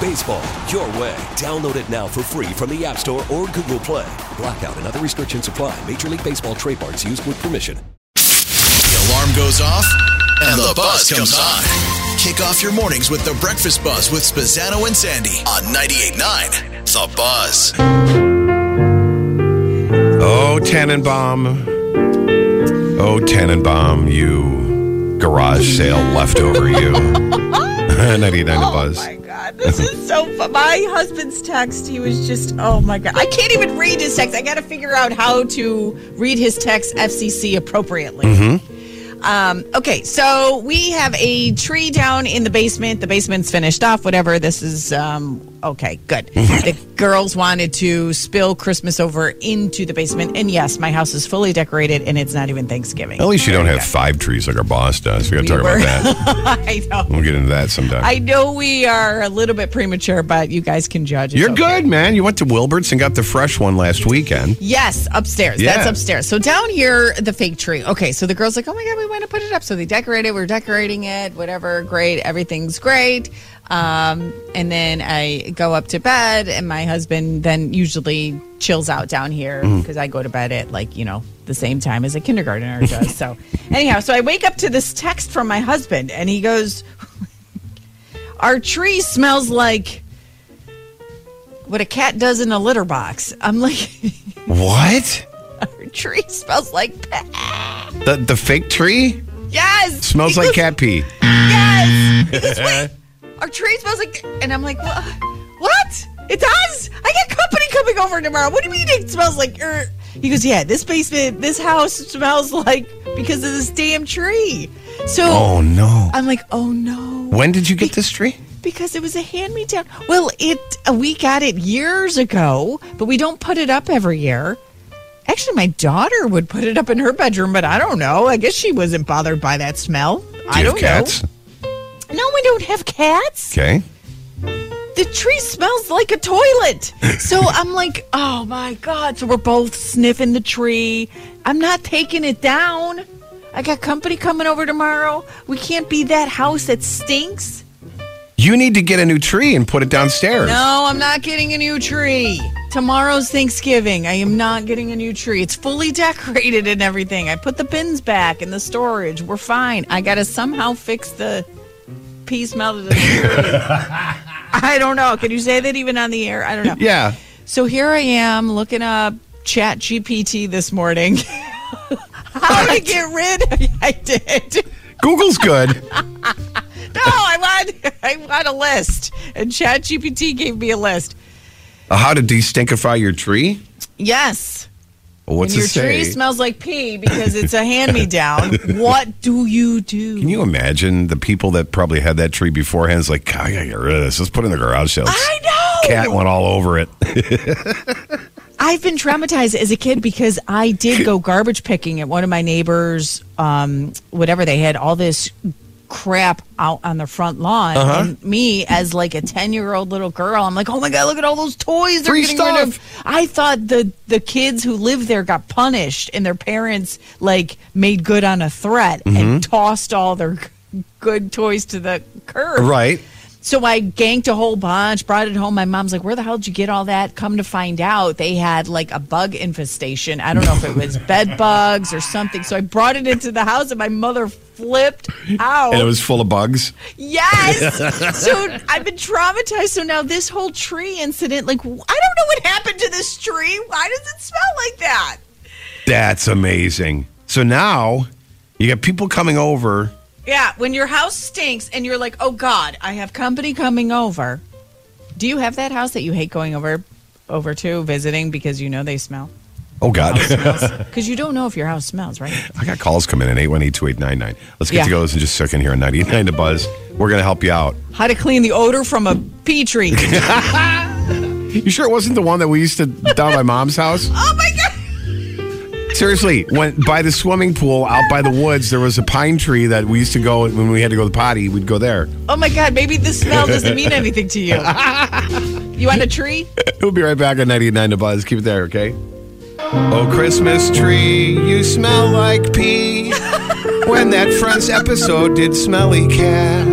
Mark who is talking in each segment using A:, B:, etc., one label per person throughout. A: Baseball, your way. Download it now for free from the App Store or Google Play. Blackout and other restrictions apply. Major League Baseball trademarks used with permission.
B: The alarm goes off, and the buzz comes on. Kick off your mornings with the breakfast buzz with Spazzano and Sandy on 98.9 The Buzz.
C: Oh, Tannenbaum. Oh, Tannenbaum, you garage sale leftover you. 99
D: oh
C: Buzz.
D: my god, this is so fun. My husband's text, he was just, oh my god. I can't even read his text. I got to figure out how to read his text FCC appropriately.
C: Mm-hmm.
D: Um, okay, so we have a tree down in the basement. The basement's finished off, whatever. This is, um, okay, good.
C: Mm-hmm.
D: the girls wanted to spill Christmas over into the basement. And yes, my house is fully decorated and it's not even Thanksgiving.
C: At least you don't have five trees like our boss does. We got to talk
D: were-
C: about that.
D: I know.
C: We'll get into that sometime.
D: I know we are a little bit premature, but you guys can judge. It's
C: You're
D: okay.
C: good, man. You went to Wilbert's and got the fresh one last weekend.
D: Yes, upstairs. That's
C: Yeah.
D: upstairs. So down here, the fake tree. Okay, so the girl's like, oh my God, we want to put it up. So they decorate it. We're decorating it, whatever. Great. Everything's great. Um, and then I go up to bed, and my husband then usually chills out down here because I go to bed at like, you know, the same time as a kindergartner does. so, anyhow, so I wake up to this text from my husband, and he goes, Our tree smells like what a cat does in a litter box. I'm like,
C: What?
D: Her tree smells like pet.
C: The, the fake tree
D: Yes.
C: smells
D: He
C: like
D: goes,
C: cat pee.
D: Yes. He goes, Wait, our tree smells like. And I'm like, what? What? It does. I got company coming over tomorrow. What do you mean it smells like? Er? He goes, yeah. This basement, this house smells like because of this damn tree. So
C: Oh, no.
D: I'm like, oh no.
C: When did you get this tree?
D: Because it was a hand me down. Well, it uh, we got it years ago, but we don't put it up every year. Actually, my daughter would put it up in her bedroom, but I don't know. I guess she wasn't bothered by that smell.
C: Do
D: I
C: you
D: don't
C: have cats?
D: know. No, we don't have cats.
C: Okay.
D: The tree smells like a toilet. So I'm like, oh my god. So we're both sniffing the tree. I'm not taking it down. I got company coming over tomorrow. We can't be that house that stinks.
C: You need to get a new tree and put it downstairs.
D: No, I'm not getting a new tree. Tomorrow's Thanksgiving. I am not getting a new tree. It's fully decorated and everything. I put the bins back in the storage. We're fine. I got to somehow fix the piece melted in the tree. I don't know. Can you say that even on the air? I don't know.
C: Yeah.
D: So here I am looking up Chat GPT this morning. How to get rid? I did.
C: Google's good.
D: No, I want I want a list. And Chat GPT gave me a list.
C: Uh, How to destinkify your tree?
D: Yes.
C: Well, What's
D: and
C: it
D: your
C: say?
D: tree smells like pee because it's a hand me down. what do you do?
C: Can you imagine the people that probably had that tree beforehand? It's like, God, I gotta get rid of this. Let's put it in the garage sale.
D: I know.
C: Cat went all over it.
D: I've been traumatized as a kid because I did go garbage picking at one of my neighbors, um, whatever they had, all this crap out on their front lawn. And me, as like a 10 year old little girl, I'm like, oh my God, look at all those toys they're
C: Free
D: getting rid of. I thought the, the kids who lived there got punished and their parents like made good on a threat and tossed all their good toys to the curb.
C: right.
D: So I ganked a whole bunch, brought it home. My mom's like, "Where the hell did you get all that?" Come to find out, they had like a bug infestation. I don't know if it was bed bugs or something. So I brought it into the house, and my mother flipped out.
C: And it was full of bugs.
D: yes. so I've been traumatized. So now this whole tree incident, like, I don't know what happened to this tree. Why does it smell like that?
C: That's amazing. So now You got people coming over.
D: Yeah, when your house stinks and you're like, oh God, I have company coming over. Do you have that house that you hate going over over to visiting because you know they smell?
C: Oh God,
D: Because you don't know if your house smells, right?
C: I got calls coming in eight one eight two eight nine nine. Let's get
D: Yeah.
C: to goes in just a second here on ninety eight nine to buzz. We're gonna help you out.
D: How to clean the odor from a petri.
C: You sure it wasn't the one that we used to down at my mom's house?
D: oh my God.
C: Seriously, when by the swimming pool out by the woods, there was a pine tree that we used to go when we had to go to the potty. We'd go there.
D: Oh my God, maybe the smell doesn't mean anything to you. You want a tree?
C: We'll be right back at 99 to Buzz. Keep it there, okay? Oh, Christmas tree, you smell like pee. when that Friends episode did Smelly Cat.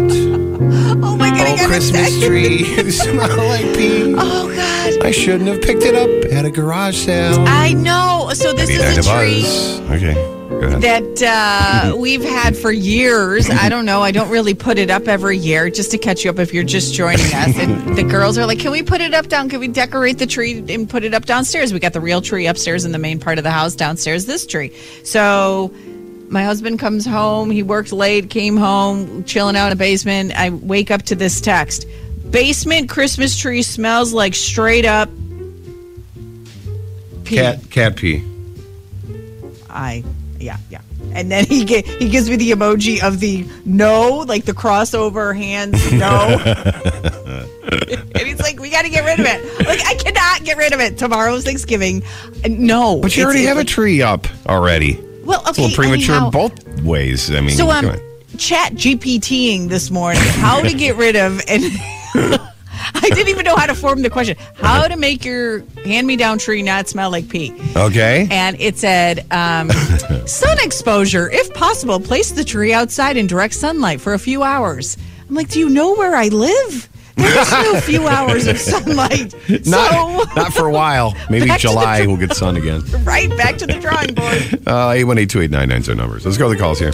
D: Oh my God, I
C: Oh,
D: got
C: Christmas
D: it.
C: tree, you smell like pee.
D: Oh God.
C: I shouldn't have picked it up at a garage sale.
D: I know. So Ah, this is a tree.
C: Okay. Go ahead.
D: that uh, we've had for years. I don't know. I don't really put it up every year just to catch you up if you're just joining us. And the girls are like, "Can we put it up down? Can we decorate the tree and put it up downstairs? We got the real tree upstairs in the main part of the house. Downstairs, this tree." So. My husband comes home. He worked late, came home, chilling out in the basement. I wake up to this text Basement Christmas tree smells like straight up pee.
C: Cat, cat pee.
D: I yeah yeah. And then he get, he gives me the emoji of the no, like the crossover hands no. and he's like, we got to get rid of it. Like I cannot get rid of it. Tomorrow's Thanksgiving. No,
C: But you
D: It's-
C: already
D: it's
C: have a
D: like-
C: tree up already.
D: Well,
C: It's a little
D: okay,
C: premature
D: anyhow.
C: both ways. I mean,
D: So um,
C: come
D: I'm
C: on.
D: chat GPTing this morning how to get rid of and I didn't even know how to form the question. How to make your hand-me-down tree not smell like pee.
C: okay.
D: and it said um, sun exposure if possible place the tree outside in direct sunlight for a few hours i'm like do you know where i live there's no few hours of sunlight
C: Not,
D: so
C: not for a while. Maybe
D: Back to the
C: July
D: dr-
C: we'll get sun again.
D: right back to the drawing board
C: Uh, 818-289-9's our numbers. Let's go to the calls here.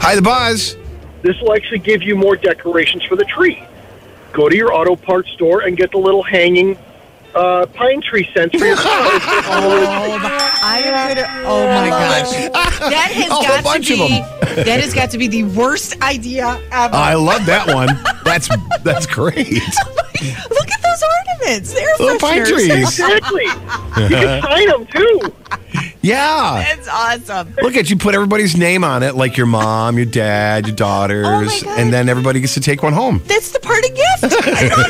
C: Hi, The Buzz.
E: This will actually give you more decorations for the tree. Go to your auto parts store and get the little hanging uh, pine tree scents for your car. It's got all those-
D: i could oh my gosh that has
C: A whole
D: got
C: bunch
D: to
C: of
D: be
C: them.
D: that has got to be the worst idea ever
C: I love that one. That's that's great.
D: look at those ornaments they're
C: Little pine
D: fresheners.
C: trees.
E: Exactly. You can sign them too.
C: Yeah.
D: that's awesome
C: Look at you put everybody's name on it, like your mom, your dad, your daughters,
D: Oh God.
C: and then everybody gets to take one home.
D: that's the party gift i love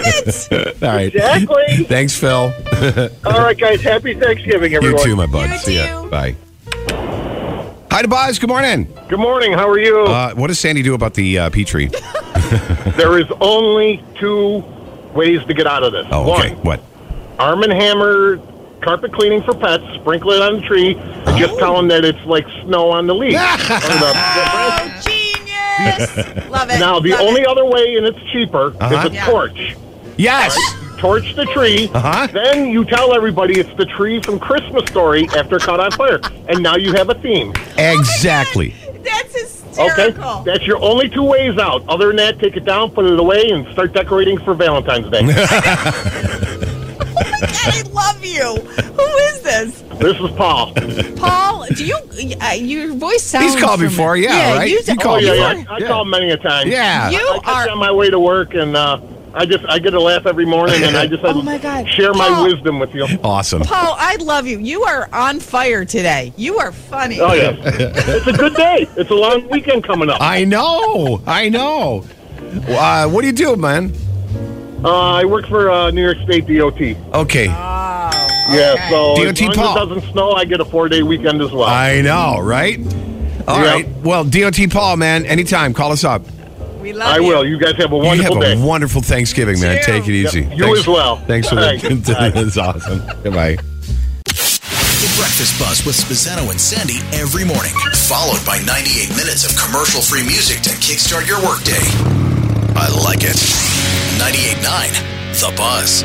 D: it
C: All right.
E: Exactly.
C: Thanks, Phil.
E: All right, guys. Happy Thanksgiving, everyone.
C: You too, my bud.
D: You
C: See ya.
D: too.
C: Bye. Hi, The Buzz. Good morning.
E: Good morning. How are you?
C: Uh, what does Sandy do about the uh, Petrie?
E: there is only two ways to get out of this.
C: Oh, okay.
E: One,
C: What?
E: Arm and Hammer carpet cleaning for pets. Sprinkle it on the tree and just tell them that it's like snow on the leaf. Or the-
D: Oh, genius! Love it.
E: now, the
D: love
E: only
D: it.
E: other way, and it's cheaper,
C: Uh-huh.
E: is a
D: Yeah.
E: torch.
C: Yes.
E: torch the tree.
C: Uh-huh.
E: Then you tell everybody it's the tree from Christmas Story after it caught on fire, and now you have a theme.
C: Exactly.
D: That's
E: Okay,
D: hysterical.
E: that's your only two ways out. Other than that, take it down, put it away, and start decorating for Valentine's Day.
D: God, I love you. Who is this?
E: this is Paul.
C: Oh,
D: Paul, do you, uh, your voice sounds.
C: He's called
D: familiar.
C: before, yeah, right?
D: You,
C: He
D: do-
E: Oh
C: called
E: yeah,
C: you
E: yeah. I, I
C: Yeah.
E: call him many a time.
C: Yeah.
D: You
E: I catch
D: are.
E: on my way to work, and uh, I just I get a laugh every morning, and I just
D: Oh, my God.
E: share my
D: Paul.
E: wisdom with you.
C: Awesome.
D: Oh, Paul, I love you. You are on fire today. You are funny.
E: Oh yeah, it's a good day. It's a long weekend coming up.
C: I know. I know. Uh, what do you do, man?
E: Uh, I work for uh, New York State DOT.
C: Okay.
E: Yeah,
D: Okay.
E: so
C: DOT
E: as long
C: Paul.
E: as it doesn't snow, I get a four day weekend as well.
C: I know, right? All
E: Yeah.
C: right. Well, DOT Paul, man, anytime, call us up.
D: We love
E: I
D: you.
E: will. You guys have a wonderful
C: you have
E: day.
C: a wonderful Thanksgiving, man.
D: You.
C: Take it easy.
E: Yep. You as well.
C: Thanks for that.
E: Thanks. Bye.
C: That's awesome. Goodbye.
B: The Breakfast Buzz with Spazzano and Sandy every morning, followed by 98 minutes of commercial free music to kickstart your workday. I like it. 98.9, The Buzz.